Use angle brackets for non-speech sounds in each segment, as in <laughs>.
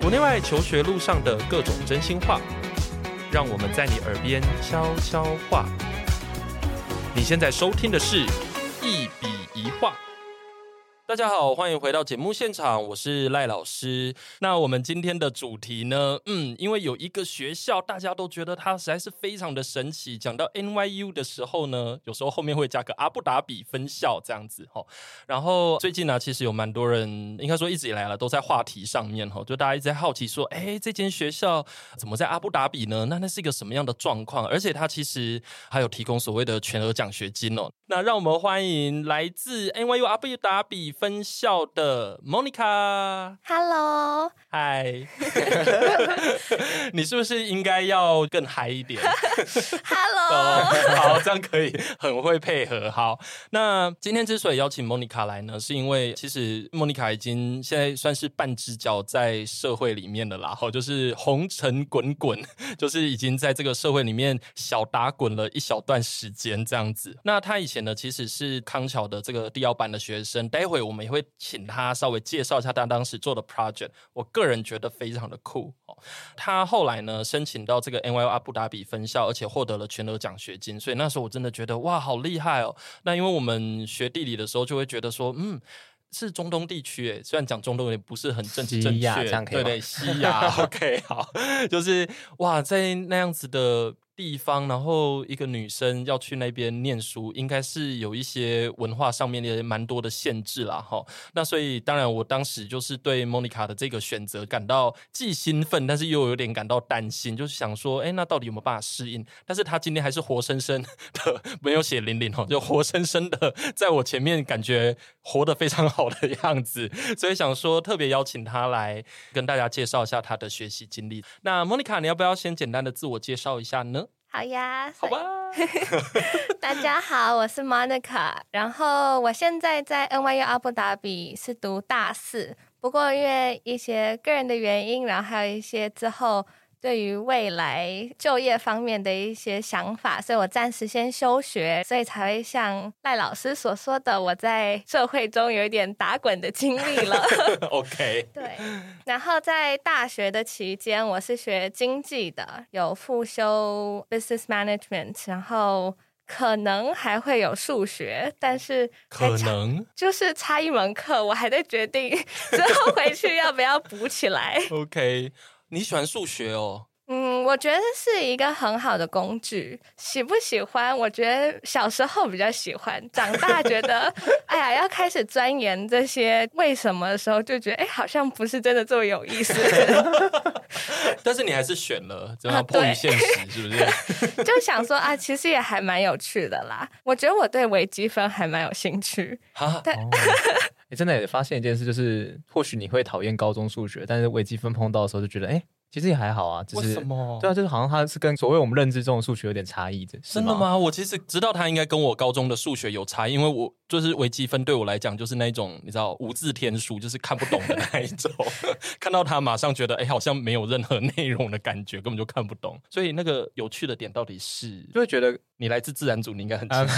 国内外求学路上的各种真心话，让我们在你耳边悄悄话。你现在收听的是《一笔一画》。大家好，欢迎回到节目现场，我是赖老师。那我们今天的主题呢？嗯，因为有一个学校，大家都觉得它实在是非常的神奇。讲到 NYU 的时候呢，有时候后面会加个阿布达比分校这样子哈。然后最近呢、啊，其实有蛮多人，应该说一直以来了，都在话题上面哈，就大家一直在好奇说，哎，这间学校怎么在阿布达比呢？那那是一个什么样的状况？而且它其实还有提供所谓的全额奖学金哦。那让我们欢迎来自 NYU 阿布达比分校的 Monica。 Hello，嗨， <laughs> 你是不是应该要更嗨一点？ Hello，哦， <laughs> 好，这样可以，很会配合。好，那今天之所以邀请莫妮卡来呢，是因为其实莫妮卡已经现在算是半只脚在社会里面的啦，后就是红尘滚滚，就是已经在这个社会里面小打滚了一小段时间这样子。那她以前呢，其实是康桥的这个第二班的学生，待会我们也会请她稍微介绍一下她当时做的 project，我个人觉得非常的酷哦。他后来呢申请到这个 NYU 阿布达比分校，而且获得了全额奖学金，所以那时候我真的觉得哇，好厉害哦！那因为我们学地理的时候就会觉得说，嗯。是中东地区诶，虽然讲中东也不是很正西正确，亚这样可对以吗对，西 <laughs> 亚，OK，好，就是哇，在那样子的地方，然后一个女生要去那边念书，应该是有一些文化上面的蛮多的限制啦，哈。那所以当然，我当时就是对 Monica 的这个选择感到既兴奋，但是又有点感到担心，就是想说，哎，那到底有没有办法适应？但是她今天还是活生生的，没有血淋淋哦，就活生生的在我前面，感觉活得非常好的样子，所以想说特别邀请她来跟大家介绍一下她的学习经历。那 Monica，你要不要先简单的自我介绍一下呢？好呀，好吧， <laughs> 大家好，我是 Monica，然后我现在在 NYU 阿布达比是读大四，不过因为一些个人的原因，然后还有一些之后对于未来就业方面的一些想法，所以我暂时先休学，所以才会像赖老师所说的，我在社会中有一点打滚的经历了。 OK，对，然后在大学的期间，我是学经济的，有复修 business management，然后可能还会有数学，但是 <laughs> 还可差能就是差一门课，我还在决 <laughs> 定之后回去要不要补起来。 <laughs> OK。你喜欢数学哦？嗯，我觉得是一个很好的工具，喜不喜欢？我觉得小时候比较喜欢，长大觉得哎呀，要开始钻研这些为什么的时候，就觉得哎，好像不是真的这么有 <laughs> 意思。但是你还是选了，这啊样迫于对现实，是不 <laughs> 是？就想说啊，其实也还蛮有趣的啦。我觉得我对微积分还蛮有兴趣。哈， <laughs> 你真的也发现一件事，就是或许你会讨厌高中数学，但是微积分碰到的时候就觉得，哎、其实也还好啊，只为是什么对啊，就是好像它是跟所谓我们认知中的数学有点差异的，是真的？吗？我其实知道他应该跟我高中的数学有差，因为我就是微积分对我来讲就是那一种你知道无字天书，就是看不懂的那一 <laughs> 种，看到他马上觉得哎、好像没有任何内容的感觉，根本就看不懂。所以那个有趣的点到底是，就会觉得，你来自自然组，你应该很清楚。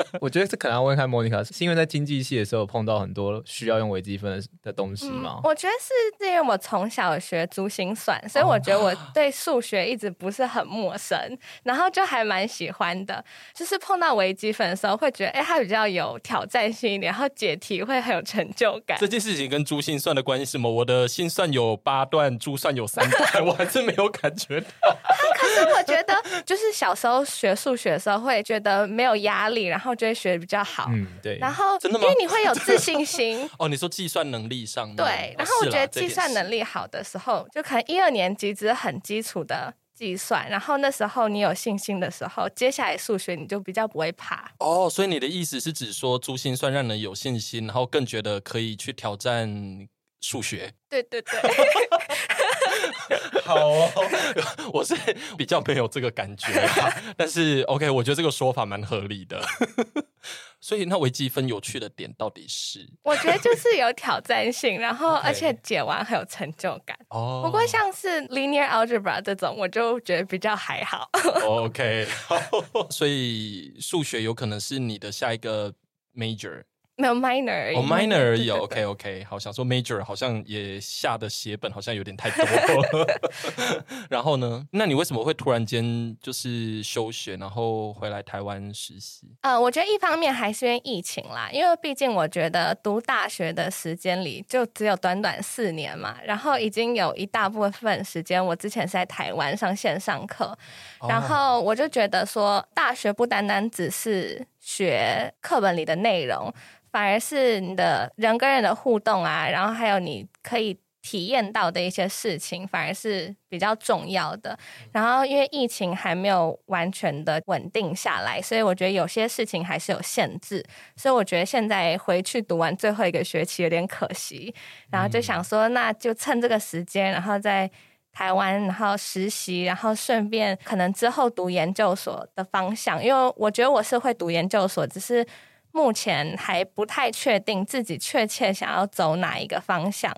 <laughs> 我觉得这可能要问看莫妮卡，是因为在经济系的时候碰到很多需要用微积分的的东嗯西嘛？我觉得是因为我从小学珠心算，哦所以我觉得 <laughs> 我对数学一直不是很陌生，然后就还蛮喜欢的。就是碰到微积分的时候，会觉得哎，它比较有挑战性一点，然后解题会很有成就感这。件事情跟珠心算的关系是什么？我的心算有八段，珠算有三段，我还是没有感 <laughs> 觉到。可是我觉得，就是小时候学数学的时候，会觉得没有压力，然后就会学得比较好。嗯，对。然后，真的因吗为你会有自信心，哦，你说计算能力上面，对哦，然后我是啦觉得这计点算是能力好的时候，就可能一二年级只是很基础的计算，然后那时候你有信心的时候，接下来数学你就比较不会怕。哦，所以你的意思是指说珠心算让人有信心，然后更觉得可以去挑战数学。 <laughs> 对对对， <laughs> 好、哦，我是 <laughs> 比较没有这个感觉啦，但是 OK，我觉得这个说法蛮合理的。 <laughs> 所以那微积分有趣的点到底是我觉得就是有挑战性，然后 OK 而且解完很有成就感。哦？不过像是 linear algebra 这种，我就觉得比较还好。 <laughs> 哦 OK，好所以数学有可能是你的下一个 major。没有 minor 而已。哦，minor 而 <laughs> 已对对对，OK OK，好，想说 major 好像也下的血本好像有点太多。 <laughs> 然后呢，那你为什么会突然间就是休学，然后回来台湾实习？呃，我觉得一方面还是因为疫情啦，因为毕竟我觉得读大学的时间里就只有短短四年嘛，然后已经有一大部分时间我之前是在台湾上线上课，然后我就觉得说，大学不单单只是学课本里的内容，反而是你的人跟人的互动啊，然后还有你可以体验到的一些事情，反而是比较重要的。然后因为疫情还没有完全的稳定下来，所以我觉得有些事情还是有限制，所以我觉得现在回去读完最后一个学期有点可惜，然后就想说，那就趁这个时间，然后再。台湾，然后实习，然后顺便可能之后读研究所的方向，因为我觉得我是会读研究所，只是目前还不太确定自己确切想要走哪一个方向。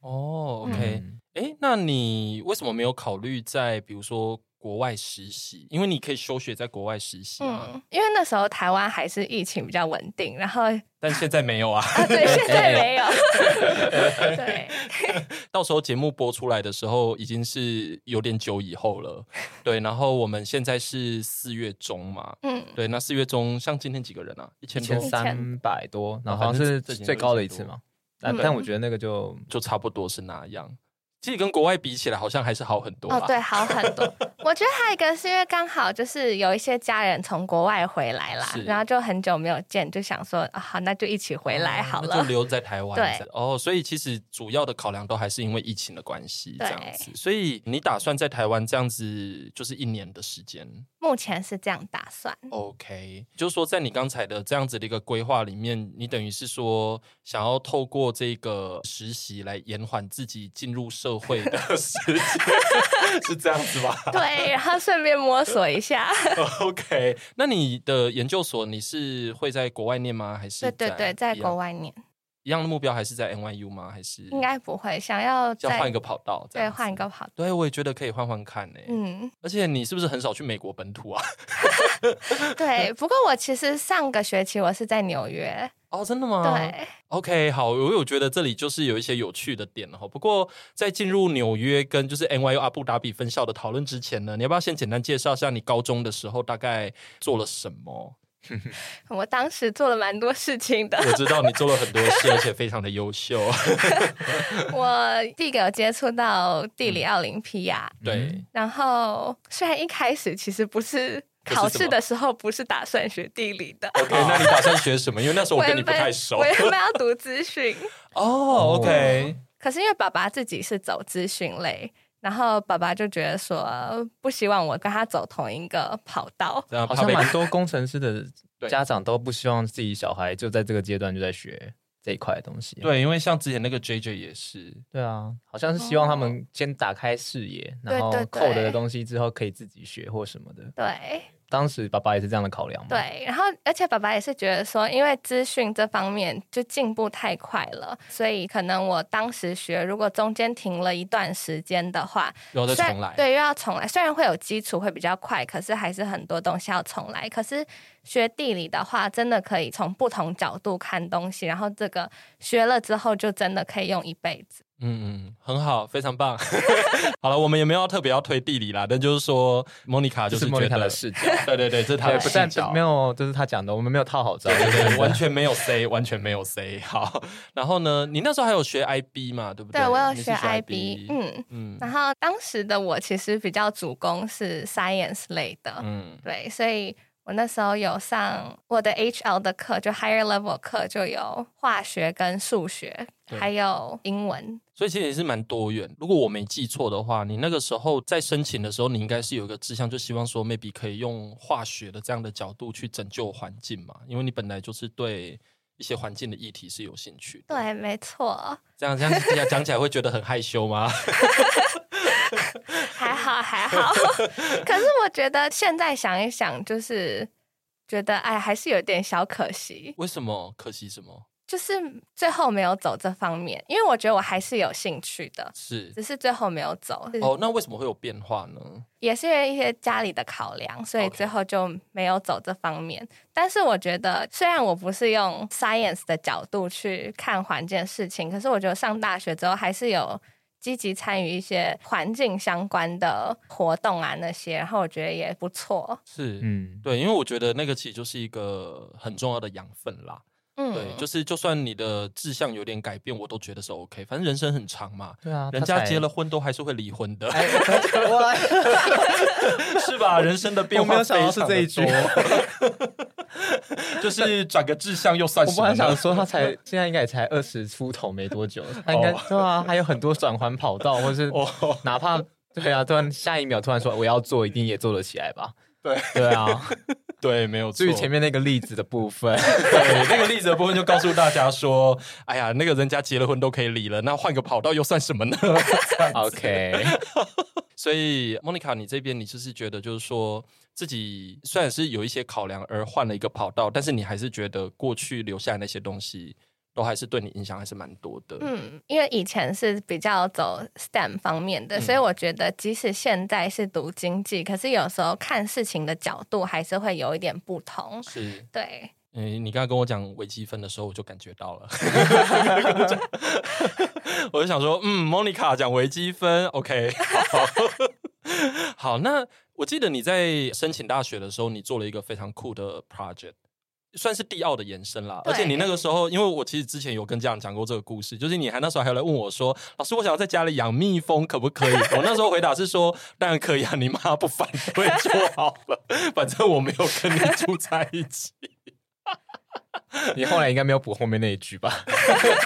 哦，OK，哎、嗯诶那你为什么没有考虑在比如说国外实习？因为你可以休学在国外实习啊，嗯，因为那时候台湾还是疫情比较稳定，然后啊， <laughs> 但现在没有啊。 <laughs> 对，现在没有，哎对，到时候节目播出来的时候，已经是有点久以后了，对。然后我们现在是四月中嘛，嗯，对，那四月中像今天几个人啊？一千一多千三百多，然后好像哦是反正最高的一次嘛。但嗯但我觉得那个就就差不多是那样。其实跟国外比起来，好像还是好很多哦吧。，对，好很多。我觉得还有一个是因为刚好就是有一些家人从国外回来啦是，然后就很久没有见，就想说啊，好，那就一起回来好哦那了。就留在台湾。对这样哦，所以其实主要的考量都还是因为疫情的关系，这对样子。所以你打算在台湾这样子，就是一年的时间。 <laughs> 目前是这样打 <laughs> 算。 OK，就是说，在你刚才的这样子的一个规划里面，你等于是说想要透过这个实习来延缓自己进入社会的 <laughs> 时间，是这样子吧？对，然后顺便摸索一下。 <laughs> OK，那你的研究所你是会在国外念吗？还是对对对，在一样国外念一样的目标，还是在 NYU 吗？还是应该不会，想要要再换一个跑道？这对样子换一。个跑。对，我也觉得可以换换看呢、嗯，而且你是不是很少去美国本土啊？ <laughs> 嗯对。不过我其实上个学期我是在纽约，哦，真的吗？对， OK，好，我有觉得这里就是有一些有趣的点哈。不过在进入纽约跟就是 NYU 阿布达比分校的讨论之前呢，你要不要先简单介绍一下你高中的时候大概做了什么？ <laughs> 我当时做了蛮多事情的。我知道你做了很多事，而且非常的优秀。 <laughs> 我第一个有接触到地理奥林匹亚，对，然后虽然一开始其实不是不是考什试么的时候不是打算学地理的， OK，那你打算学什么？因为那时哎候我原跟你不本太熟。我原本要读资讯， <laughs> 哦，OK，可是因为爸爸自己是走资讯类，然后爸爸就觉得说不希望我跟他走同一个跑道。这样好怕像被蛮多工程师的对家长都不希望自己小孩就在这个阶段就在学这一块的东西。啊对，因为像之前那个 JJ 也是，对啊，好像是希望他们先打开视野，然后哦对对扣的东西之后可以自己学或什么的。对当时爸爸也是这样的考量嘛。，对，然后而且爸爸也是觉得说，因为资讯这方面就进步太快了，所以可能我当时学，如果中间停了一段时间的话，然后虽再然重来。对，又要重来。虽然会有基础会比较快，可是还是很多东西要重来。可是学地理的话，真的可以从不同角度看东西，然后这个学了之后，就真的可以用一辈子。嗯嗯，很好，非常棒。 <laughs> 好了，我们也没有要特别要推地理啦，但就是说，莫妮卡这就是是莫妮觉卡的得， <laughs> 视角。 <laughs> 对对对，这是他的不视但角，没有，这是他讲的，我们没有套好招。对 <laughs> 对对，完全没有 C，完全没有 C。好， <laughs> 然后呢，你那时候还有学 IB 嘛，对不对对我有你是学学 IB，嗯，嗯然后当时的我其实比较主攻是 science 类的，嗯，对，所以我那时候有上我的 HL 的课，就 higher level 课就有化学跟数学，对还有英文。所以其实也是蛮多元。如果我没记错的话，你那个时候在申请的时候，你应该是有一个志向，就希望说 maybe 可以用化学的这样的角度去拯救环境嘛，因为你本来就是对一些环境的议题是有兴趣的。对，没错。这样这样这样讲起来会觉得很害羞吗？ <laughs> 还好还好，可是我觉得现在想一想，就是觉得哎，还是有点小可惜。为什么？可惜什么？就是最后没有走这方面，因为我觉得我还是有兴趣的，是只是最后没有走。哦，那为什么会有变化呢？也是因为一些家里的考量，所以 OK 最后就没有走这方面。但是我觉得，虽然我不是用 science 的角度去看环境的事情，可是我觉得上大学之后还是有积极参与一些环境相关的活动啊那些，然后我觉得也不错。是，嗯，对，因为我觉得那个其实就是一个很重要的养分啦。嗯，对，就是就算你的志向有点改变，我都觉得是 OK。反正人生很长嘛，对啊，人家结了婚都还是会离婚的，哎， <laughs> 我来，是 <laughs> 吧？人生的变我没化有非想到常是这一的句，多， <laughs> 就是转个志向又算 <laughs> 我什么本来呢？想说他才现在应该也才二十出头没多久，他应该哦对啊，还有很多转环跑道，或 <laughs> <laughs> 是哦，哪怕对啊，突然下一秒突然说我要做，一定也做得起来吧？对对 <laughs> 啊，对，没有错。至于前面那个例子的部分，对那个例子的部分，就告诉大家说，哎呀，那个人家结了婚都可以离了，那换个跑道又算什么呢？ <laughs> <laughs> OK，所以，Monica，你这边你就是觉得，就是说自己虽然是有一些考量而换了一个跑道，但是你还是觉得过去留下来那些东西，都还是对你影响还是蛮多的。嗯，因为以前是比较走 STEM 方面的，嗯所以我觉得即使现在是读经济，可是有时候看事情的角度还是会有一点不同。是，对，嗯，你刚刚跟我讲微积分的时候，我就感觉到了。我就想说，嗯，Monica 讲微积分，OK，好 <laughs> 好。那我记得你在申请大学的时候，你做了一个非常酷的 project，算是地奥的延伸啦。对而且你那个时候，因为我其实之前有跟家长讲过这个故事，就是你还那时候还有来问我说，老师，我想要在家里养蜜蜂，可不可以？我那时候回答是说，当然可以啊，你妈不反对就好了，反正我没有跟你住在一起。你后来应该没有补后面那一句 <laughs> 吧？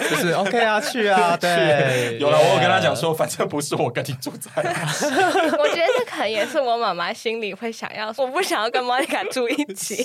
就是 OK 啊，去啊，对，有了，我有跟他讲 Yeah，说，反正不是我跟你住在一起。 <laughs> 我觉得这可能也是我妈妈心里会想要， <laughs> 我不想要跟 Monica 住一 <laughs> 起。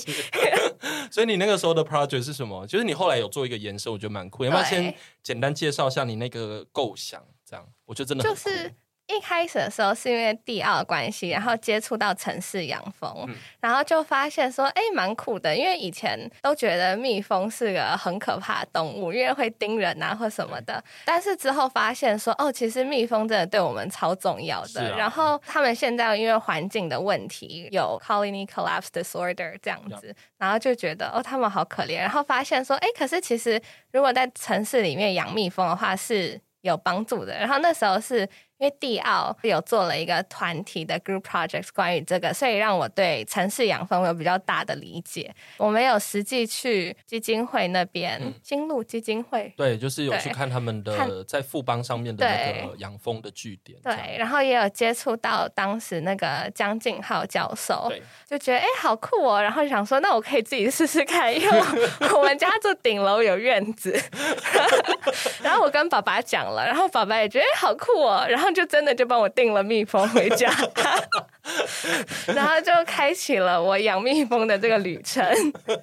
所以你那个时候的 project 是什么？就是你后来有做一个延伸，我觉得蛮酷。要不要先简单介绍一下你那个构想？这样，我觉得真的很就酷是一开始的时候是因为地奥的关系，然后接触到城市养蜂，嗯然后就发现说，哎、蛮酷的。因为以前都觉得蜜蜂是个很可怕的动物，因为会叮人啊或什么的。但是之后发现说，哦，其实蜜蜂真的对我们超重要是的。啊然后他们现在因为环境的问题，有 colony collapse disorder 这样子，然后就觉得哦，他们好可怜。然后发现说，哎，可是其实如果在城市里面养蜜蜂的话是有帮助的。然后那时候是因为地奥有做了一个团体的 group project 关于这个，所以让我对城市养蜂有比较大的理解。我没有实际去基金会那边，嗯金鹿基金会。对，就是有去对看他们的看在富邦上面的那个对养蜂的据点。这对，样然后也有接触到当时那个江静浩教授，对，就觉得哎、诶好酷哦，然后想说那我可以自己试试看，因为 <laughs> 我我们家住顶楼有院子， <laughs> 然后我跟爸爸讲了，然后爸爸也觉得哎、诶好酷哦，然后就真的就帮我订了蜜蜂回家， <laughs> 然后就开启了我养蜜蜂的这个旅程，大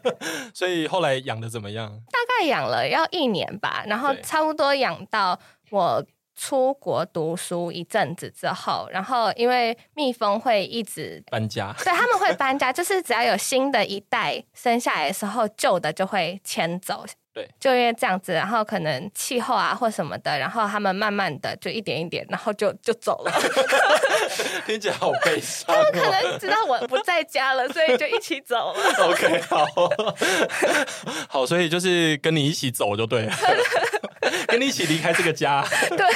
所以后来养的怎么样？概养了要一年吧，然后对差不多养到我。出国读书一阵子之后，然后因为蜜蜂会一直搬 <laughs> 家。对，他们会搬家，就是只要有新的一代生下来的时候，旧的就会迁走。 <laughs> 对，就因为这样子，然后可能气候啊或什么的，然后他们慢慢的就一点一点，然后就就走了。 <laughs> 听起来好悲伤他们可哦。能知道我不在家了，所以就一起走了。 <laughs> OK，好， <laughs> 好，所以就是跟你一起走就对 <laughs> 了，跟你一起离开这个家。对，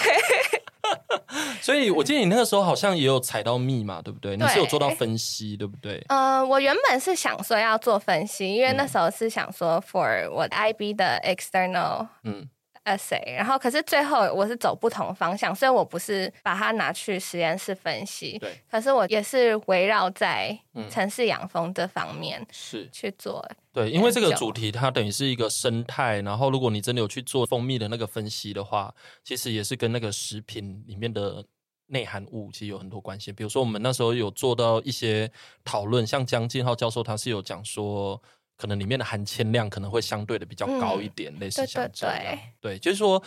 所以我记得你那个时候好像也有采到蜜嘛，对不对？你是有对做到分析，对不对？呃，我原本是想说要做分析，因为嗯那时候是想说 for 我的 IB 的 external 嗯， essay，然后可是最后我是走不同方向，所以我不是把它拿去实验室分析对，可是我也是围绕在嗯城市养蜂这方面是去做。对，因为这个研究主题它等于是一个生态，然后如果你真的有去做蜂蜜的那个分析的话，其实也是跟那个食品里面的。内含物其实有很多关系，比如说我们那时候有做到一些讨论，像江进浩教授他是有讲说，可能里面的含铅量可能会相对的比较高一点，类似对像对这样，对对，就是说，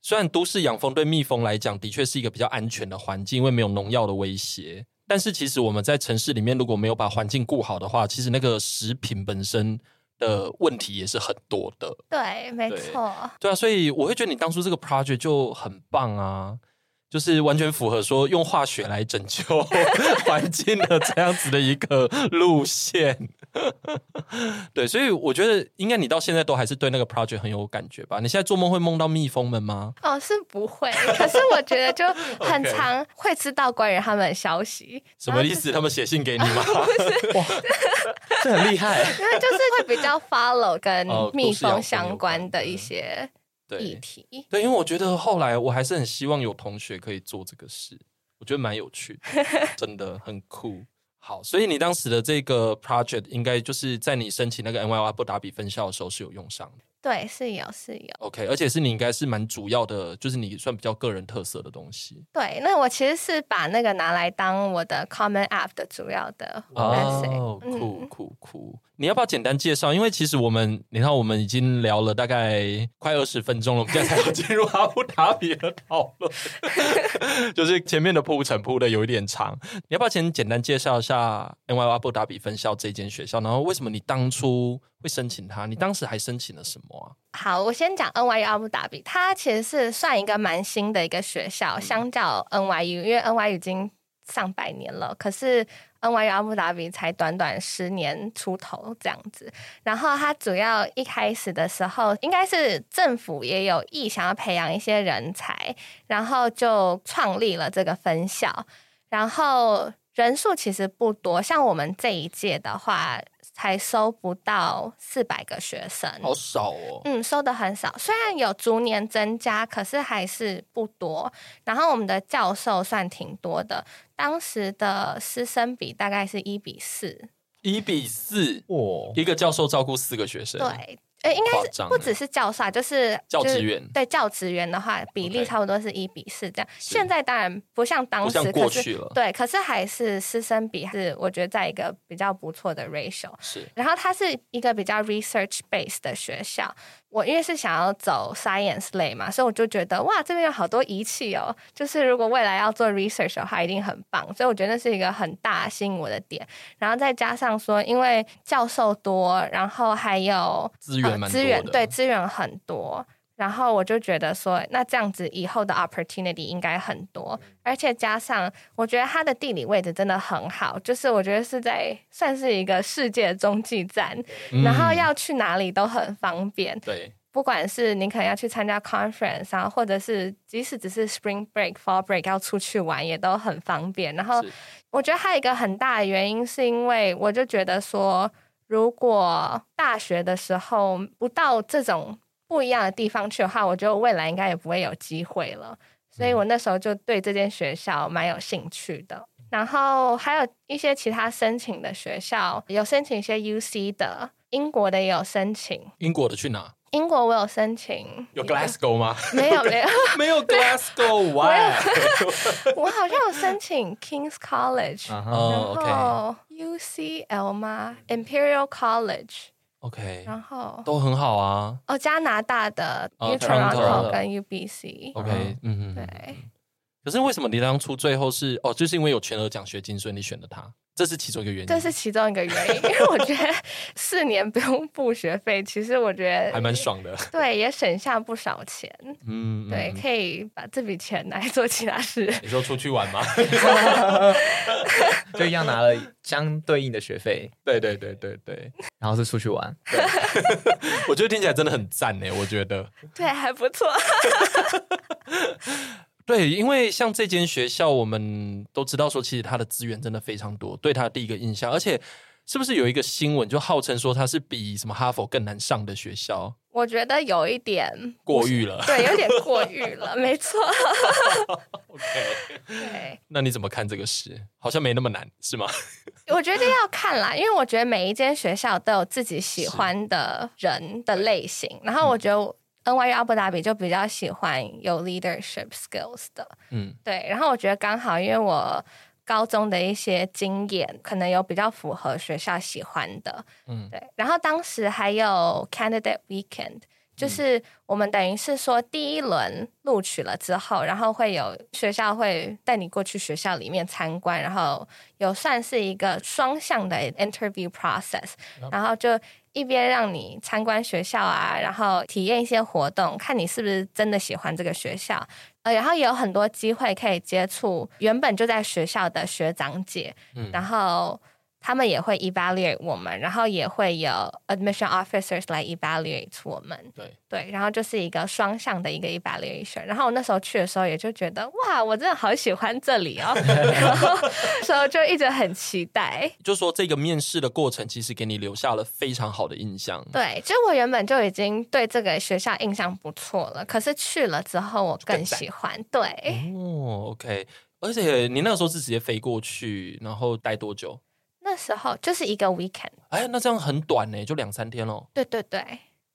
虽然都市养蜂对蜜蜂来讲的确是一个比较安全的环境，因为没有农药的威胁。但是其实我们在城市里面如果没有把环境顾好的话，其实那个食品本身的问题也是很多的。对，没对错，对啊，所以我会觉得你当初这个 project 就很棒啊，就是完全符合说用化学来拯救环境的这样子的一个路线。 <laughs> 对，所以我觉得应该你到现在都还是对那个 project 很有感觉吧？你现在做梦会梦到蜜蜂们吗？哦，是不会，可是我觉得 <laughs> 就很 OK 常会知道关于他们的消息，什么意思？他们写信给你吗？ <laughs> 这很 <laughs> 厉害。因为就是会比较 follow 跟哦都蜜是要跟蜂有相关关的嗯的一些议对题。对，因为我觉得后来我还是很希望有同学可以做这个事，我觉得蛮有趣的，真的很酷。好，所以你当时的这个 project 应该就是在你申请那个 N Y Y 布达比分校的时候是有用上的对，是有是有。 ，OK，而且是你应该是蛮主要的，就是你算比较个人特色的东西。对，那我其实是把那个拿来当我的 Common App 的主要的哦 message。酷嗯酷酷！你要不要简单介绍？因为其实我们，你看我们已经聊了大概快二十分钟了，我们现在才要进入阿布达比的讨 <laughs> 论，就是前面的铺陈铺的有一点长。你要不要先简单介绍一下 N Y 阿布达比分校这间学校？然后为什么你当初会申请它？你当时还申请了什么啊？好，我先讲 NYU 阿布达比，它其实是算一个蛮新的一个学校，相较 NYU，因为 NYU 已经上百年了，可是 NYU 阿布达比才短短十年出头这样子。然后它主要一开始的时候，应该是政府也有意想要培养一些人才，然后就创立了这个分校，然后人数其实不多，像我们这一届的话，才收不到四百个学生，好少哦，嗯，收的很少，虽然有逐年增加，可是还是不多。然后我们的教授算挺多的，当时的师生比大概是一比四，一比四，哇，一个教授照顾四个学生，对，，呃，应夸该是张不只是教授啊，就是教就是职员对教职员的话，比例 OK 差不多是一比四这样。是现在当然不像当不像时，过可是去了对，可是还是师生比是我觉得在一个比较不错的 ratio。是然后它是一个比较 research base 的学校。我因为是想要走 science 类嘛，所以我就觉得哇，这边有好多仪器哦，就是如果未来要做 research 的话，一定很棒。所以我觉得那是一个很大吸引我的点。然后再加上说，因为教授多，然后还有资源蛮多的呃哦资源对资源很多。然后我就觉得说，那这样子以后的 opportunity 应该很多，嗯而且加上我觉得它的地理位置真的很好，就是我觉得是在算是一个世界中继站，嗯然后要去哪里都很方便，对不管是你可能要去参加 conference 啊，或者是即使只是 spring break、fall break 要出去玩也都很方便。然后是我觉得还有一个很大的原因，是因为我就觉得说，如果大学的时候不到这种不一样的地方去的话，我觉得我未来应该也不会有机会了。所以我那时候就对这间学校蛮有兴趣的。然后还有一些其他申请的学校，有申请一些 UC 的，英国的也有申请。英国的去哪？英国我有申请，有 Glasgow 吗？没有 <laughs> 没有，没有 <laughs> Glasgow why？ <laughs> 我好像有申请 King's <laughs> College，、啊哈，哦然后 UCL 吗？Imperial College， ，OK OK，然后都很好 <laughs> 啊。哦加拿大的哦 U Toronto Toronto 跟 UBC，、 OK，嗯嗯嗯。对可是为什么你当初最后是哦，就是因为有全额奖学金，所以你选了它，这是其中一个原因。这是其中一个原因，因为我觉得四年不用付学费，其实我觉还得蛮爽 <laughs> 的。对也省下不少钱，嗯，嗯对，嗯可以把这笔钱来做其他事。 <laughs> 你说出去玩吗？就一样拿了相对应的学费，对对对对 <laughs> 对，然后是出去玩。我觉得听起来真的很赞呢。我觉得。对，还不错。对，因为像这间学校，我们都知道说，其实它的资源真的非常多，对它的第一个印象，而且是不是有一个新闻就号称说它是比什么哈佛更难上的学校，我觉得有一点，过誉了对，有点过誉了，没错。 ？OK，对，那你怎么看这个事？好像没那么难，是吗？我觉得要看啦，因为我觉得每一间学校都有自己喜欢的人的类型，然后我觉得。NYU 阿布达比就比较喜欢有 leadership skills 的，嗯，对。然后我觉得刚好，因为我高中的一些经验，可能有比较符合学校喜欢的，嗯嗯，对。然后当时还有 candidate weekend，就是我们等于是说第一轮录取了之后，然后会有学校会带你过去学校里面参观，然后有算是一个双向的 interview process，然嗯后就一边让你参观学校啊，然后体验一些活动，看你是不是真的喜欢这个学校。呃，然后也有很多机会可以接触原本就在学校的学长姐，嗯然后他们也会 evaluate 我们，然后也会有 admission officers 来 evaluate 我们。对对，然后就是一个双向的一个 evaluation。然后我那时候去的时候，也就觉得哇，我真的好喜欢这里哦， <laughs> 然后所以就一直很期待。就说这个面试的过程，其实给你留下了非常好的印象。对，就我原本就已经对这个学校印象不错了，可是去了之后我更喜欢。对，哦，OK，而且你那个时候是直接飞过去，然后待多久？那时候就是一个 weekend。哎，那这样很短呢，就两三天哦。对对对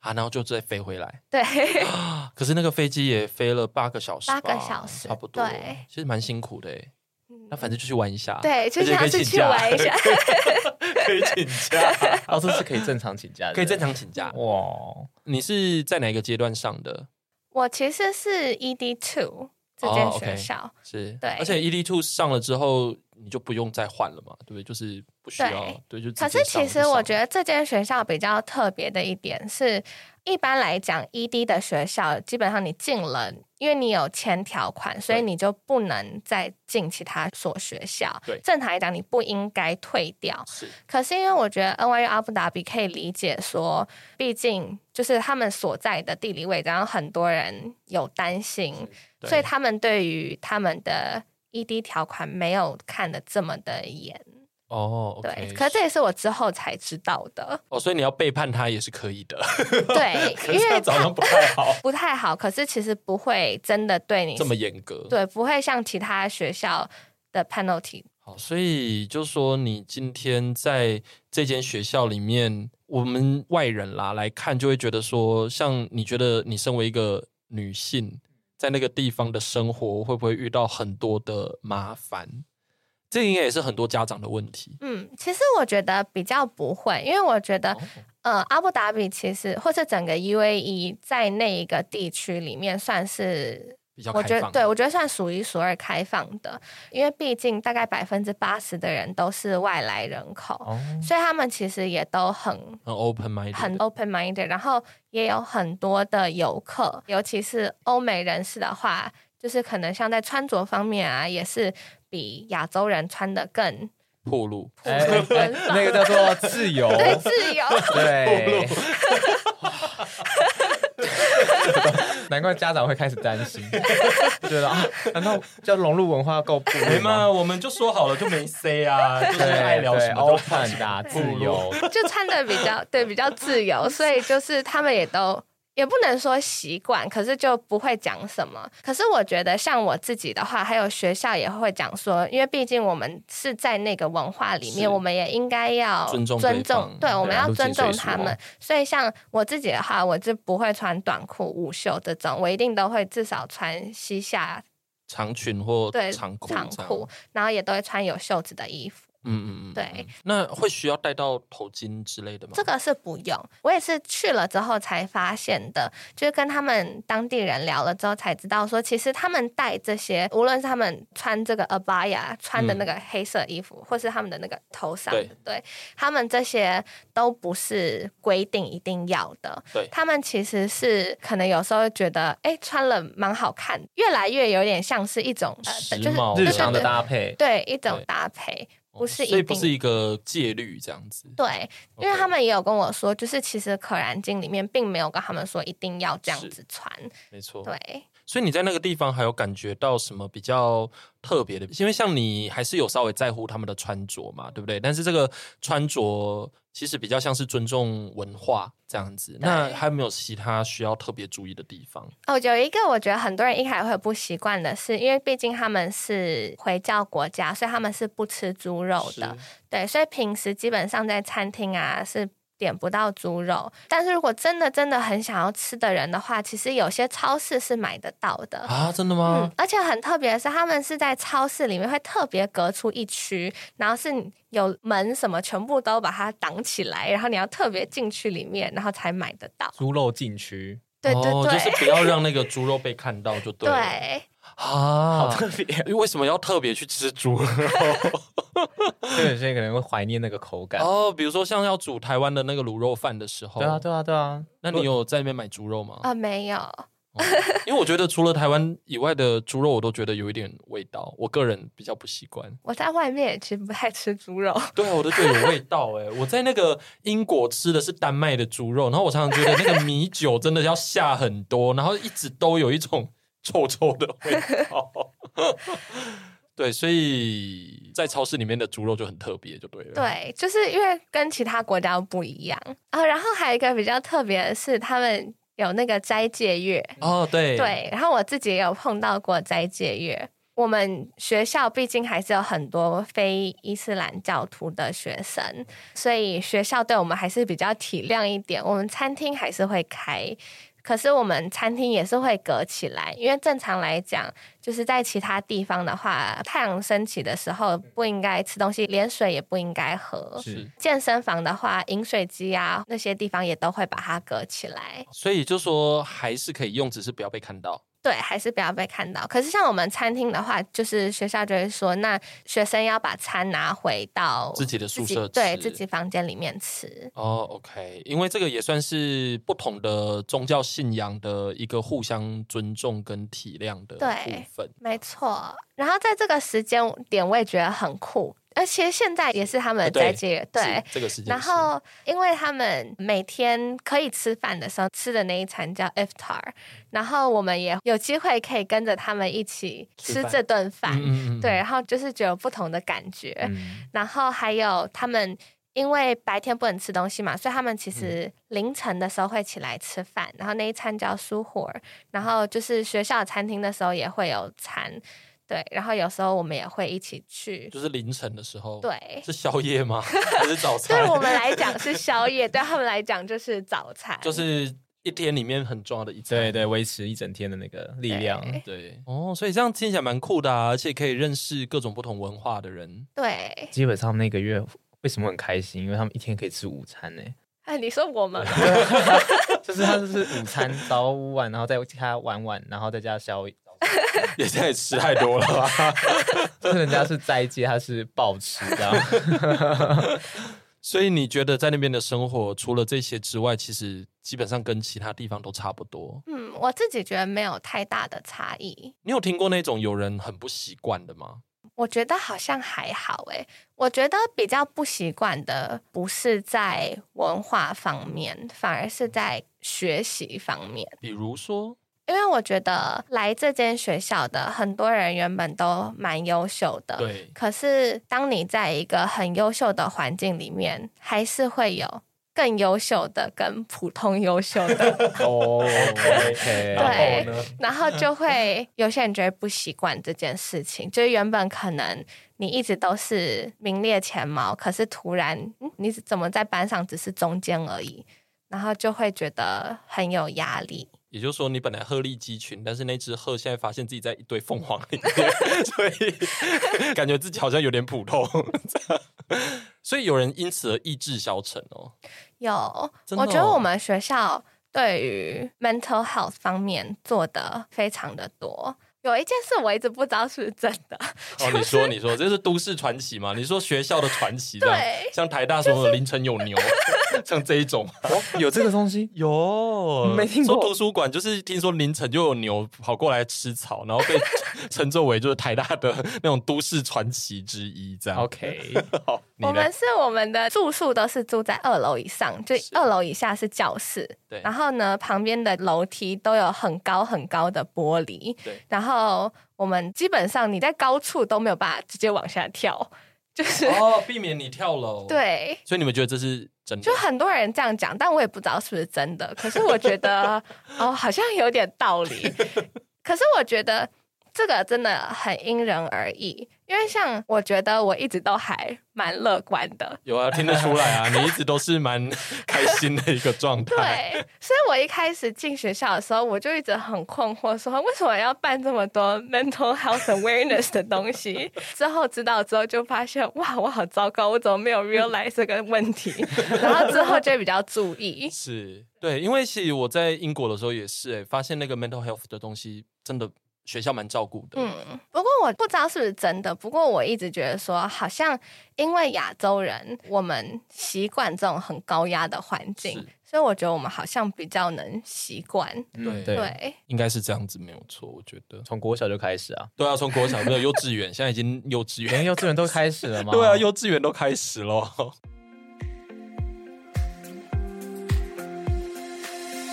啊，然后就再飞回来。 <laughs> 啊对，可是那个飞机也飞了八个小时吧，八个小时差不多，对其实蛮辛苦的诶。嗯那反正就去玩一下，对，就而且像可以是请去假玩一下，，可以请假， <laughs> 哦，这是可以正常请假的，可以正常请假。哇，你是在哪一个阶段上的？ <laughs> 我其实是 ED two <laughs> 这哦间，OK 学校，是，对而且 ED Two 上了之后，你就不用再换了嘛，对不对？就是不需要，对，就直接可上是其实我觉得，得这间学校比较特别的一点是，一般来讲，ED 的学校基本上你进了，因为你有签条款，所以你就不能再进其他所学校。对正常来讲，你不应该退掉。是可是因为我觉得 NYU 阿布达比可以理解说，毕竟就是他们所在的地理位置，然后很多人有担心，对所以他们对于他们的 ED 条款没有看得这么的严。哦对， ，OK，可是这也是我之后才知道的 <laughs> 。哦，所以你要背叛他也是可以的， <laughs> 对可，因是这为样早它上不太好，不太好，可是其实不会真的对你这么严格，对，不会像其他学校的 penalty。好，所以就说你今天在这间学校里面，我们外人啦来看，就会觉得说，像你觉得你身为一个女性，在那个地方的生活会不会遇到很多的麻烦？这应该也是很多家长的问题。嗯，其实我觉得比较不会，因为我觉哦得、呃，阿布达比其实或是整个 UAE 在那一个地区里面算是比较我开觉得放对，我觉得算数一数二开放的，因为毕竟大概百分之八十的人都是外来人口，哦，所以他们其实也都很很 open minded，很 open minded，然后也有很多的游客，尤其是欧美人士的话，就是可能像在穿着方面啊，也是比亚洲人穿的更 <laughs> 暴露。哎哎哎那个叫做自 <laughs> 由，对自由。对。 <laughs> 难怪家长会开始担心，就觉得啊，难道要融入文化够不没嘛，吗？我们就说好了，就没 say 啊， <laughs> 就是对，爱聊什么都看。 open 啊，自由，就穿的比较对比较自由，所以就是他们也都也不能说习惯，可是就不会讲什么。可是我觉得像我自己的话，还有学校也会讲说，因为毕竟我们是在那个文化里是面，我们也应该要尊重对方尊重，对，我们要入境尊随重俗他哦们。所以像我自己的话，我就不会穿短裤、无袖这种，我一定都会至少穿膝下长裙或对长裤，啊长这样裤，然后也都会穿有袖子的衣服。嗯嗯嗯，对嗯。那会需要戴到头巾之类的吗？这个是不用，我也是去了之后才发现的，就是跟他们当地人聊了之后才知道说，其实他们戴这些，无论是他们穿这个 abaya 穿的那个黑色衣服，或是他们的那个头上的嗯对，对他们这些都不是规定一定要的，对他们其实是可能有时候觉得，哎，穿了蛮好看，越来越有点像是一种、呃时就是髦对日对常的对搭配，对一种对搭配，哦不是一所以不定是一个戒律这样子。对，因为 OK 他们也有跟我说，就是其实《可燃经》里面并没有跟他们说一定要这样子穿。没错。对，所以你在那个地方还有感觉到什么比较特别的？因为像你还是有稍微在乎他们的穿着嘛，对不对？但是这个穿着其实比较像是尊重文化这样子。那还有没有其他需要特别注意的地方？哦，有一个我觉得很多人一开始会不习惯的是，因为毕竟他们是回教国家，所以他们是不吃猪肉的。对，所以平时基本上在餐厅啊是。点不到猪肉，但是如果真的真的很想要吃的人的话，其实有些超市是买得到的。啊，真的嗯吗？，而且很特别的是，他们是在超市里面会特别隔出一区，然后是有门什么，全部都把它挡起来，然后你要特别进去里面，然后才买得到。猪肉禁区，对对对，哦，就是不要让那个猪肉被看到就对了。对，啊，好特别。 <laughs> 因为为什么要特别去吃猪 <laughs> 肉？就有些人可能会怀念那个口感。哦，比如说像要煮台湾的那个卤肉饭的时候，对啊，对啊，对啊。那你有在那边买猪肉吗？ <laughs> 啊、没有，哦因为我觉得除了台湾以外的猪肉，我都觉得有一点味道，我个人比较不习惯。我在外面也其实不太吃猪肉，对啊，我都觉得有味道哎、 <laughs> 我在那个英国吃的是丹麦的猪肉，然后我常常觉得那个米酒真的要下很多，然后一直都有一种臭臭的味道。 <laughs> 对，所以在超市里面的猪肉就很特别，就对了。，对，就是因为跟其他国家不一样啊。然后还有一个比较特别的是，他们有那个斋戒月，哦，对，对，然后我自己也有碰到过斋戒月。我们学校毕竟还是有很多非伊斯兰教徒的学生，所以学校对我们还是比较体谅一点。我们餐厅还是会开，可是我们餐厅也是会隔起来，因为正常来讲，就是在其他地方的话，太阳升起的时候不应该吃东西，连水也不应该喝。是。健身房的话，饮水机啊那些地方也都会把它隔起来。所以就说还是可以用，只是不要被看到。对，还是不要被看到。可是像我们餐厅的话，就是学校就会说，那学生要把餐拿回到自己的宿舍吃对自己房间里面吃。哦，OK，因为这个也算是不同的宗教信仰的一个互相尊重跟体谅的对部分。没错。然后在这个时间点，我也觉得很酷，而且现在也是他们呃的对斋戒日，对是，。这个时间然是。后，因为他们每天可以吃饭的时候吃的那一餐叫 iftar，然后我们也有机会可以跟着他们一起吃吃饭这顿饭，嗯对，，然后就是就有不同的感觉。嗯，然后还有他们因为白天不能吃东西嘛，所以他们嗯其实凌晨的时候会起来吃饭，然后那一餐叫舒火，然后就是学校餐厅的时候也会有餐，对，然后有时候我们也会一起去，就是凌晨的时候。，对，是宵夜 <laughs> 吗？还是早餐？对我们来讲是宵夜，对他们来讲就是早餐，就是一天里面很重要的一餐。对对，维持一整天的那个力量。对对。哦，所以这样听起来蛮酷的啊，而且可以认识各种不同文化的人。 <laughs> 对。基本上那个月为什么很开心？因为他们一天可以吃午餐呢、哎，你说我们吗就是他就是午餐早午晚，然后再加晚晚，然后再加宵夜。也在吃太多了吧？就是人家是斋戒，他是暴吃这 <laughs> 样。所以你觉得在那边的生活，除了这些之外，其实基本上跟其他地方都差不多。嗯，我自己觉得没有太大的差异，你有听过那种有人很不习惯的吗？我觉得好像还好诶、我觉得比较不习惯的不是在文化方面，反而是在学习方面。比如说，因为我觉得来这间学校的很多人原本都蛮优秀的，对，可是当你在一个很优秀的环境里面，还是会有更优秀的跟普通优秀的，哦对，OK，呢？然后就会有些人觉得不习惯这件事情。就是原本可能你一直都是名列前茅，可是突然、嗯、你怎么在班上只是中间而已，然后就会觉得很有压力。也就是说，你本来鹤立鸡群，但是那只鹤现在发现自己在一堆凤凰里面， <laughs> 所以 <laughs> 感觉自己好像有点普通。所以有人因此而意志消沉哦。有，真的我觉得哦我们学校对于 mental health 方面做的非常的多。有一件事我一直不知道是不是真的，哦，你说，你说，这是都市传奇嘛？你说学校的传奇，这样对像台大什么凌晨有牛， <laughs> 像这一种，哦有这个东西， <laughs> 有没听过说图书馆就是听说凌晨就有牛跑过来吃草，然后 <laughs> 被称作为就是台大的那种都市传奇之一，这样。 OK，好，你我呢们？是我们的住宿都是住在二楼以上，就是二楼以下是教室，对然后呢旁边的楼梯都有很高很高的玻璃，对，然后我们基本上你在高处都没有办法直接往下跳， <laughs> 就是、哦，避免你跳楼。，对，所以你们觉得这是真的？就很多人这样讲，但我也不知道是不是 <laughs> 真的。可是我觉得，哦，好像有点道理。可是我觉得这个真的很因人而异，因为像我觉得我一直都还蛮乐观的，有啊，听得出来 <laughs> 啊，你一直都是蛮开心的一个状态。 <laughs> 对，所以我一开始进学校的时候，我就一直很困惑，说为什么要办这么多 mental health awareness 的 <laughs> 东西？之后知道之后，就发现哇，我好糟糕，我怎么没 <laughs> 有 realize 这个问题？然后之后就比较注意。是，对，因为其实我在英国的时候也是、欸，发现那个 mental health 的东西真的学校蛮照顾的。嗯，不过我不知道是不是真的，不过我一直觉得说，好像因为亚洲人，我们习惯这种很高压的环境是，所以我觉得我们好像比较能习惯。对对，对，应该是这样子，没有错，我觉得。从国小就开始啊，对啊，从国小没有幼稚园，现在已经幼稚园连幼稚园都开始了吗？对啊，幼稚园都开始了。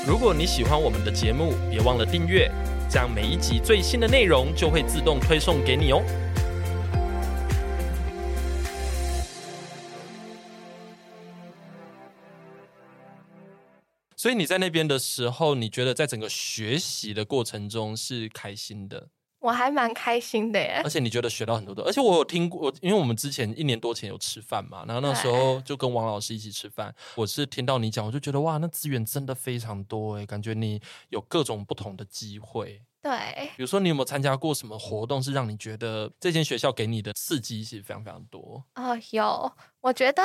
如果你喜欢我们的节目，别忘了订阅，这样每一集最新的内容就会自动推送给你哦。所以你在那边的时候，你觉得在整个学习的过程中是开心的？我还蛮开心的耶而。且你觉得学到很多的，而且我有听过，因为我们之前一年多前有吃饭嘛，然后那时候就跟王老师一起吃饭，我是听到你讲，我就觉得哇，那资源真的非常多哎，感觉你有各种不同的机会。对，比如说，你有没有参加过什么活动，是让你觉得这间学校给你的刺激是非常非常多？哦，有，我觉得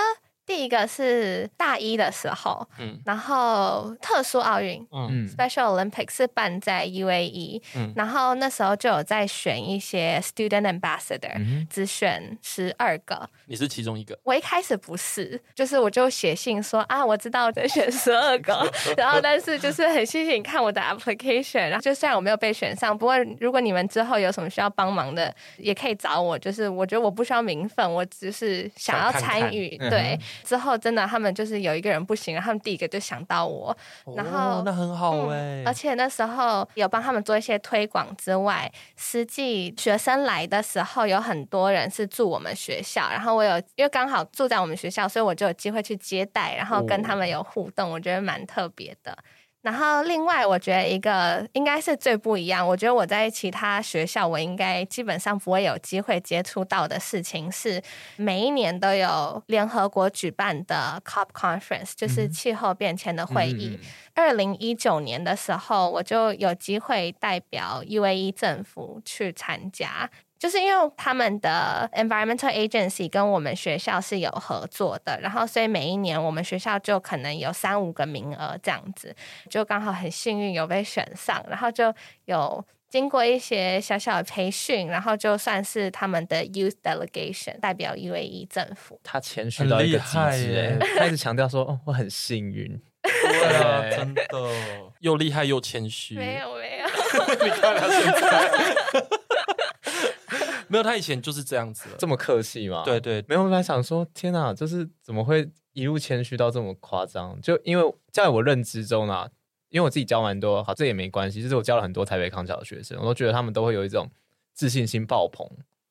第一个是大一的时候，嗯然后特殊奥运。嗯嗯， Special Olympics 是办在 UAE，、嗯然后那时候就有在选一些 Student Ambassador，、嗯只选十二个。你是其中一个，我一开始不是，就是我就写信说啊，我知道我得选十二个，然后但是就是很谢谢你看我的 application，然后就虽然我没有被选上，不过如果你们之后有什么需要帮忙的，也可以找我。就是我觉得我不需要名分，我只是想要想看看参与。嗯哼对，之后真的他们就是有一个人不行，然后他们第一个就想到我，然后嗯哦那很好哎、而且那时候有帮他们做一些推广之外，实际学生来的时候，有很多人是住我们学校，然后我有因为刚好住在我们学校，所以我就有机会去接待，然后跟他们有互动，我觉得蛮特别的。然后另外，我觉得一个应该是最不一样，我觉得我在其他学校我应该基本上不会有机会接触到的事情是，每一年都有联合国举办的 COP conference，就是气候变迁的会嗯议。二零一九年的时候，我就有机会代表 UAE 政府去参加。就是因为他们的 environmental agency 跟我们学校是有合作的，然后所以每一年我们学校就可能有三五个名额这样子，就刚好很幸运有被选上，然后就有经过一些小小的培训，然后就算是他们的 youth delegation 代表 UAE 政府。他谦虚到一个极致、很厉害欸耶，他一直强调说，哦，我很幸运，对啊，真的又厉害又谦虚，没有没有，没有他以前就是这样子了这么客气吗？对对没有，我本来想说，天哪、就是怎么会一路谦虚到这么夸张？就因为在我认知中啊，因为我自己教蛮多，好，这也没关系，就是我教了很多台北康桥的学生，我都觉得他们都会有一种自信心爆棚，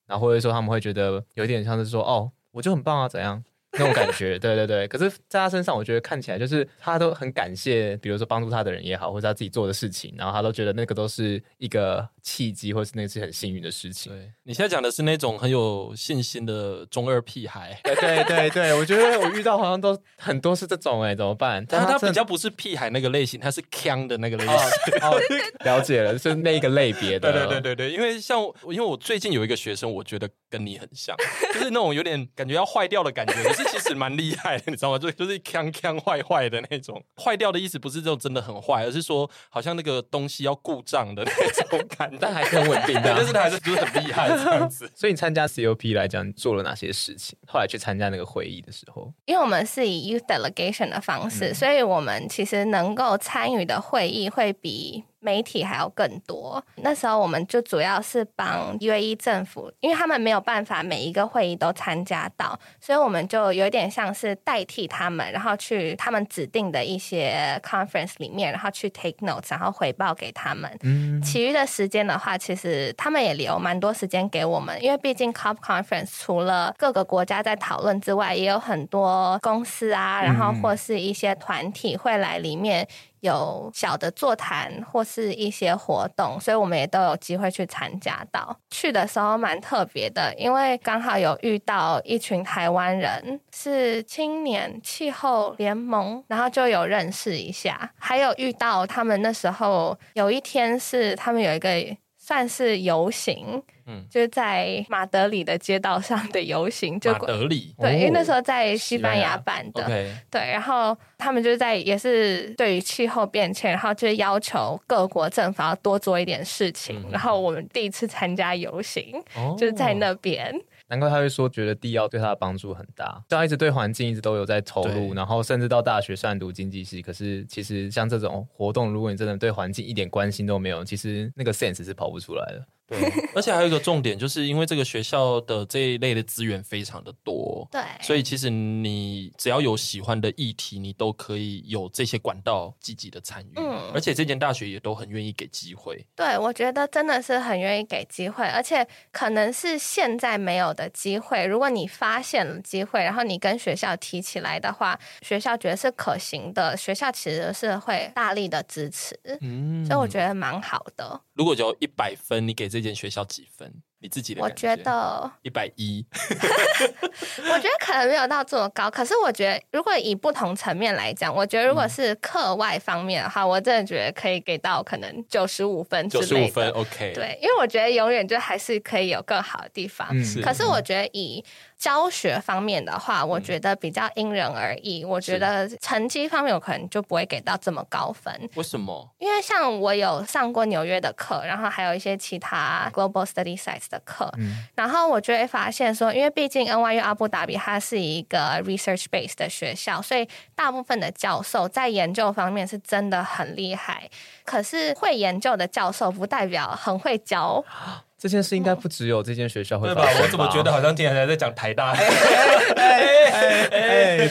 然后或者说他们会觉得有点像是说，哦，我就很棒啊，怎样？那种感觉， <laughs> 对对对。可是，在他身上，我觉得看起来就是他都很感谢，比如说帮助他的人也好，或者他自己做的事情，然后他都觉得那个都是一个契机，或是那是很幸运的事情。对你现在讲的是那种很有信心的中二屁孩，对对对对，我觉得我遇到好像都很多是这种哎、怎么办？但啊他真比的较不是屁孩那个类型，他是腔的那个类型哦。哦，了解了，就是那个类别对的，对对啊对对，因为像我因为我最近有一个学生，我觉得跟你很像，就是那种有点感觉要坏掉的感觉，可是其实蛮厉害的，你知道吗？就就是腔腔坏坏的那种。坏掉的意思不是这种真的很坏，而是说好像那个东西要故障的那种感觉。但还是很稳定 <laughs> 对，啊但的是。他还是就是很厉害这样子。所以你参加 COP 来讲，你做了哪些事情？后来去参加那个会议的时候，因为我们是以 youth delegation 的方式，所以我们其实能够参与的会议会比媒体还要更多。那时候我们就主要是帮 UAE 政府，因为他们没有办法每一个会议都参加到，所以我们就有点像是代替他们，然后去他们指定的一些 conference 里面，然后去 take notes，然后回报给他们。嗯，其余的时间的话，其实他们也留蛮多时间给我们，因为毕竟 COP conference 除了各个国家在讨论之外，也有很多公司啊，然后或是一些团体会来里面有小的座谈或是一些活动，所以我们也都有机会去参加到。去的时候蛮特别的，因为刚好有遇到一群台湾人，是青年气候联盟，然后就有认识一下，还有遇到他们那时候有一天是他们有一个 <laughs> 算是游行，嗯嗯，就是在马德里的街道上的游行， <laughs> 就马德里哦对，因为那时候候在西班牙西班办牙的， ，OK，对，然后他们就在也是对于气候变迁，然后就是要求各国政府要多做一点事情。嗯然后我们第一次参加游行，哦就是在那边，难怪他会说觉得地药对他的帮助很大，就他一直对环境一直都有在投对入，然后甚至到大学虽然读经济系，可是其实像这种活动，如果你真的对环境一点关心都没有，其实那个 sense 是跑不出来的。对，而且还有一个重点，就是因为这个学校的这一类的资源非常的多，对，所以其实你只要有喜欢的议题，你都可以有这些管道积极的参与，嗯而且这间大学也都很愿意给机会。对我觉得真的是很愿意给机会，而且可能是现在没有的机会。如果你发现了机会，然后你跟学校提起来的话，学校觉得是可行的，学校其实是会大力的支持，嗯所以我觉得蛮好的。如果只有一百分，你给这间学校几分？你自己的我觉得。一百一， <laughs> 我觉得可能没有到这么高，可是我觉得如果以不同层面来讲，我觉得如果是课外方面的话，我真的觉得可以给到可能九十五分之九十类五的。分，OK，，对，因为我觉得永远就还是可以有更好的地方。嗯，是嗯可是我觉得以教学方面的话，我觉得比较因人而异。我觉得成绩方面，我可能就不会给到这么高分。为什么？因为像我有上过纽约的课，然后还有一些其他 Global Study Sites 的课，嗯然后我就会发现说，因为毕竟 NYU 阿布达比它是一个 research base 的学校，所以大部分的教授在研究方面是真的很厉害。可是会研究的教授不代表很会教，这件事应该不只有这间学校会 <laughs> 哦对发吧？生我怎么觉得好像听起来在讲 <laughs> 台大？哎哎，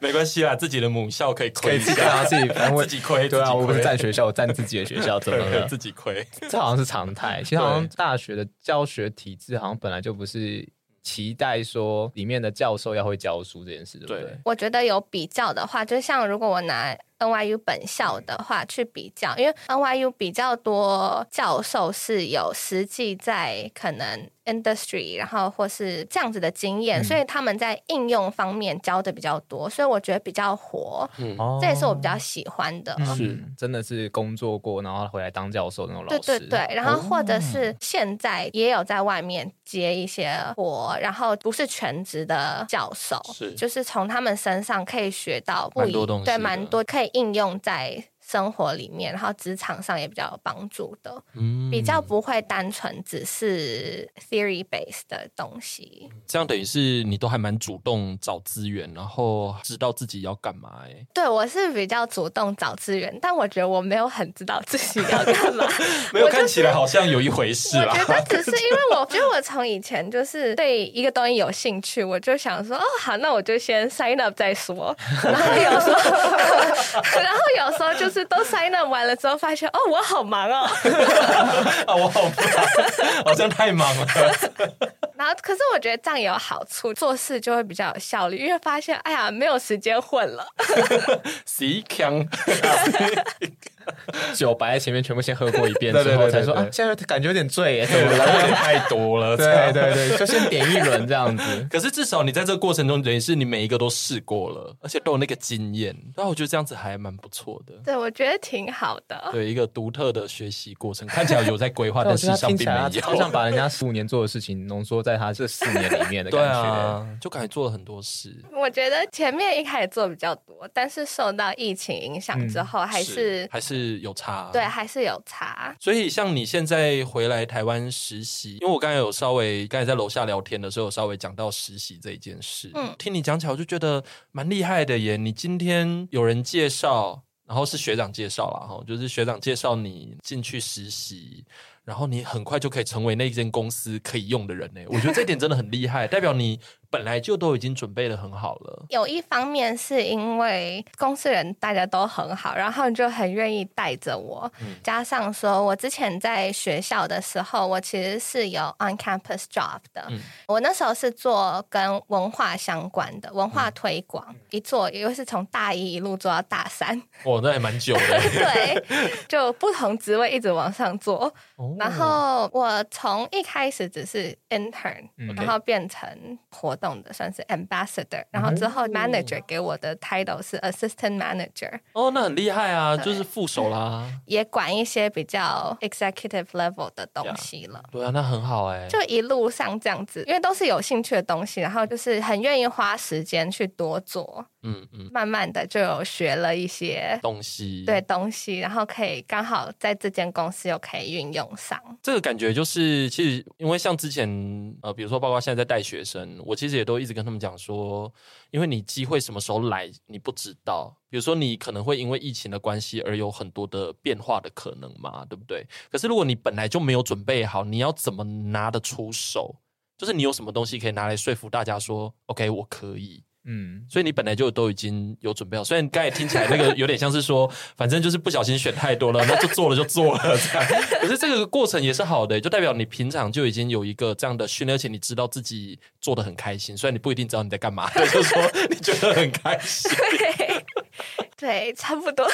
没关系啦，自己的母校可以可亏以一自己下 <laughs> 啊，，自己反正我自己亏，对啊，自己亏我不是占学校，我占自己的学 <laughs> 校，怎么对了？自己亏。这好像是常 <laughs> 态。其实好像对大学的教学体制好像本来就不是期待说里面的教授要会教书这件事，对不对对？我觉得有比较的话，就像如果我拿 NYU 本校的话去比较，因为 NYU 比较多教授是有实际在可能 industry，然后或是这样子的经验，嗯所以他们在应用方面教的比较多，所以我觉得比较活，嗯，哦这也是我比较喜欢的。嗯是真的是工作过，然后回来当教授那种老对师。对对，然后或哦者是现在也有在外面接一些活，然后不是全职的教授，是就是从他们身上可以学到不一蛮多东西的对，蛮多可以应用在生活里面，然后职场上也比较有帮助的，嗯比较不会单纯只是 theory base 的东西。这样等于是你都还蛮主动找资源，然后知道自己要干嘛、欸。对我是比较主动找资源，但我觉得我没有很知道自己要干嘛。没有看起来好像有一回事我啦觉。得只是因为我觉得我从以前就是对一个东西有兴趣，我就想说哦好，那我就先 sign up 再 <laughs> 说。然后有时候， <laughs> 然后有时候就是都 sign up 完了之后，发现哦我好忙 <laughs> 哦。啊， <laughs> 我好忙，好像太 <laughs> 忙了。然后可是我觉得这样也有好处，做事就会比较有效率，因为发现哎呀没有时间混了。 <laughs> 谁强？ <laughs> 酒摆在前面，全部先喝过一遍 <laughs> 对对之对后，对才说对啊，现在感觉有 <laughs> 点醉耶。有点太多了。对对对， <laughs> 就先点一轮这 <laughs> 样子。可是至少你在这个过程中，等于是你每一个都试过了，而且都有那个经验。然后我觉得这样子还蛮不错的。对，我觉得挺好的。对一个独特的学习过程，看起来有在规划，但事是实他上听并起没来他 <laughs> 超像有。把人家十五年做的事情浓缩在他这四年里面 <laughs> 的对感觉。啊，就感觉做了很多事。我觉得前面一开始做比较多，但是受到疫情影响之后，还嗯是还是有差。啊对还是有差。所以，像你现在回来台湾实习，因为我刚才有稍微刚才在楼下聊天的时候，有稍微讲到实习这一件事。嗯嗯，听你讲起来，我就觉得蛮厉害的耶！你今天有人介绍，然后是学长介绍啦，哈，就是学长介绍你进去实习，然后你很快就可以成为那间公司可以用的人呢。我觉得这一点真的很厉害，代表你本来就都已经准备的很好了。有一方面是因为公司人大家都很好，然后就很愿意带着我。嗯加上说，我之前在学校的时候，我其实是有 on campus job 的。嗯我那时候是做跟文化相关的文化推广，一做又是从大一一路做到大三，哦，那还蛮久的。<laughs> 对，就不同职位一直往上做。哦然后我从一开始只是 intern，、嗯然后变成活动的算是 ambassador，然后之后 manager 给我的 title 是 assistant manager，哦，那很厉害啊，对就是副手啦。也管一些比较 executive level 的东西了。对啊，那很好哎、就一路上这样子，因为都是有兴趣的东西，然后就是很愿意花时间去多做，嗯嗯，慢慢的就有学了一些东西对东西，然后可以刚好在这间公司又可以运用上。这个感觉就是，其实因为像之前呃，比如说包括现在在带学生，我其实也都一直跟他们讲说，因为你机会什么时候来你不知道，比如说你可能会因为疫情的关系而有很多的变化的可能嘛，对不对？可是如果你本来就没有准备好，你要怎么拿得出手？就是你有什么东西可以拿来说服大家说，OK，我可以。嗯，所以你本来就都已经有准备好，虽然刚才听起来那个有点像是说， <laughs> 反正就是不小心选太多了，那就做了就做了这样。可是这个过程也是好的、就代表你平常就已经有一个这样的训练，而且你知道自己做的很开心，虽然你不一定知道你在干嘛，但就是说你觉得很开心。对， <laughs> 对，差不多。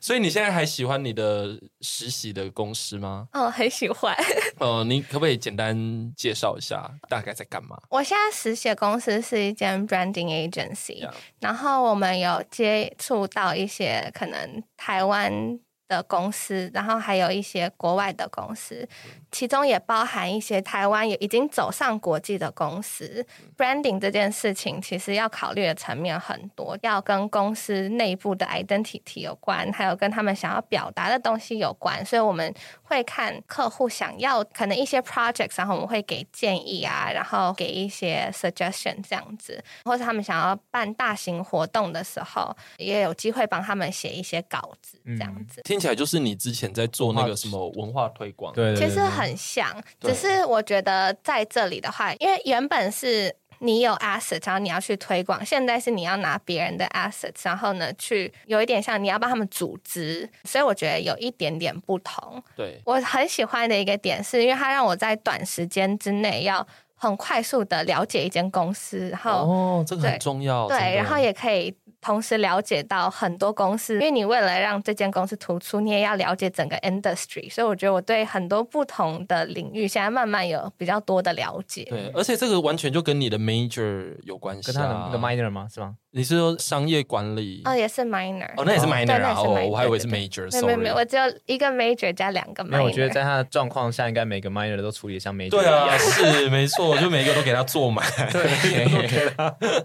所以你现在还喜欢你的实习的公司吗？嗯，很喜欢。 <laughs> 呃，你可不可以简单介绍一下大概在干嘛？我现在实习的公司是一间 branding agency， Yeah. 然后我们有接触到一些可能台湾的公司，然后还有一些国外的公司，其中也包含一些台湾也已经走上国际的公司。branding 这件事情其实要考虑的层面很多，要跟公司内部的 identity 有关，还有跟他们想要表达的东西有关，所以我们会看客户想要可能一些 projects，然后我们会给建议啊，然后给一些 suggestion 这样子，或者他们想要办大型活动的时候，也有机会帮他们写一些稿子这样子。听起来就是你之前在做那个什么文化推广，对，对其实对很像，对只是我觉得在这里的话，因为原本是你有 asset，然后你要去推广，现在是你要拿别人的 asset，然后呢去有一点像你要帮他们组织，所以我觉得有一点点不同。对，我很喜欢的一个点是，因为它让我在短时间之内要很快速的了解一间公司，然后哦，这个很对重要，真对，的然后也可以同时了解到很多公司，因为你为了让这间公司突出，你也要了解整个 industry。所以我觉得我对很多不同的领域现在慢慢有比较多的了解。对，而且这个完全就跟你的 major 有关系、啊，跟他的那个 minor 吗？是吗？你是说商业管理？哦，也是 minor，、哦，那也是哦 minor 啊，对那也是哦， minor，我还以为是对 major，sorry。没有没有没有，我只有一个 major 加两个 minor。没有，我觉得在他的状况下，应该每个 minor 都处理得像 major 对一啊，<laughs> 样是没错，就每一个都给他做满。 <laughs> 啊 <laughs> 对，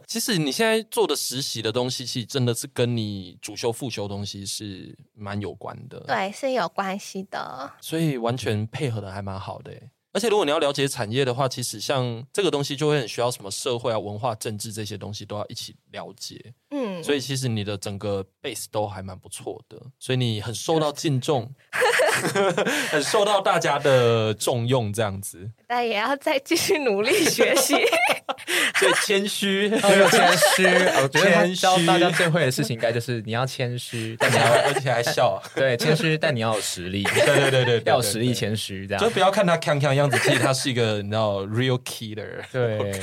其实你现在做的实习的东西，其实真的是跟你主修、副修的东西是蛮有关的。，对是有关系的。所以完全配合的还蛮好的耶。而且如果你要了解产业的话，其实像这个东西就会很需要什么社会啊、文化、政治这些东西都要一起了解。嗯，所以其实你的整个 base 都还蛮不错的，所以你很受到敬重， <laughs> 很受到大家的重用，这样子，但也要再继续努力 <laughs> 学习。所以谦 <laughs> 虚。哦又谦虚，我觉哦得他谦虚教大家最会的事情，应该就是你要谦虚，而但且你要还而且还笑，啊对谦虚，但你要有实力，对对对对对要有实力对谦虚这 <laughs> 就样。不要看他康康样子，其实他是一个你知道 real killer。对，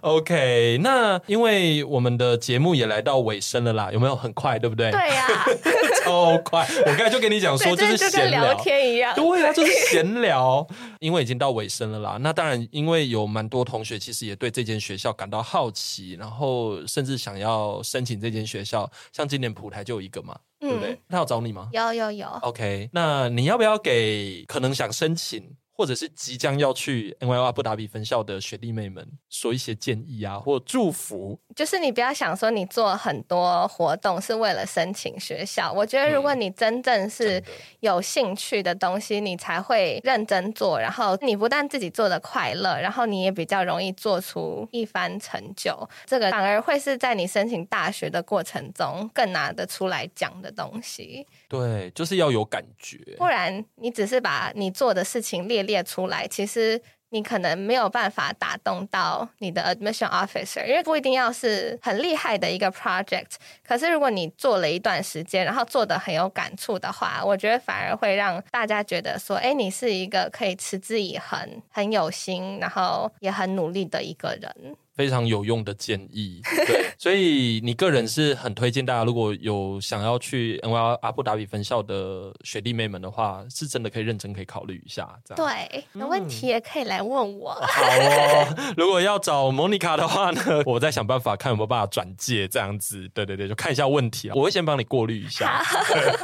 OK，那因为我们的节目也来到尾声了啦，有没有很快？对不对？对，呀、 <laughs> 超快。我刚才就跟你讲说，对，这是就闲跟聊天一 <laughs> 样。对啊，就是闲聊，因为已经到尾声了啦。那当然，因为有蛮多同学其实也对这间学校感到好奇，然后甚至想要申请这间学校。像今年普台就有一个嘛，对不对嗯，？他有找你吗有有有。 ？OK，那你要不要给可能想申请？或者是即将要去 NYU 阿布达比分校的学弟妹们说一些建议啊，或祝福。就是你不要想说你做很多活动是为了申请学校。我觉得如果你真正是嗯真的有兴趣的东西，你才会认真做。然后你不但自己做的快乐，然后你也比较容易做出一番成就。这个反而会是在你申请大学的过程中更拿得出来讲的东西。对，就是要有感觉。不然你只是把你做的事情列列出来，其实。你可能没有办法打动到你的 admission officer，因为不一定要是很厉害的一个 project。可是如果你做了一段时间，然后做的很有感触的话，我觉得反而会让大家觉得说，哎，你是一个可以持之以恒、很有心，然后也很努力的一个人。非常有用的建议。对，所以你个人是很推荐大家，如果有想要去 N Y L 阿布达比分校的学弟妹们的话，是真的可以认真可以考虑一下。这样对，有问题也可以来问我。好哦， <laughs> 如果要找莫妮卡的话呢，我再想办法看有没有办法转介这样子。对对对，就看一下问题啊，我会先帮你过滤一下。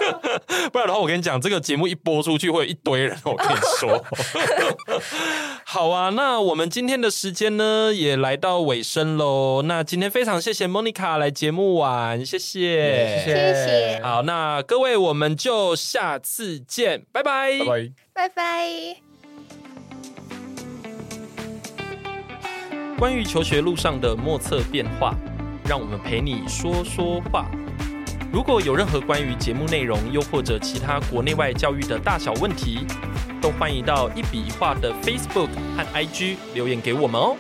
<laughs> 不然的话，我跟你讲，这个节目一播出去，会有一堆人，我跟你说。好啊，那我们今天的时间呢，也来到尾声喽。那今天非常谢谢 Monica 来节目玩，谢谢。谢谢好，那各位，我们就下次见，拜拜。拜拜。 <laughs> 拜拜。关于求学路上的莫测变化，让我们陪你说说话。如果有任何关于节目内容，又或者其他国内外教育的大小问题，都欢迎到一笔一画的 Facebook 和 IG 留言给我们哦。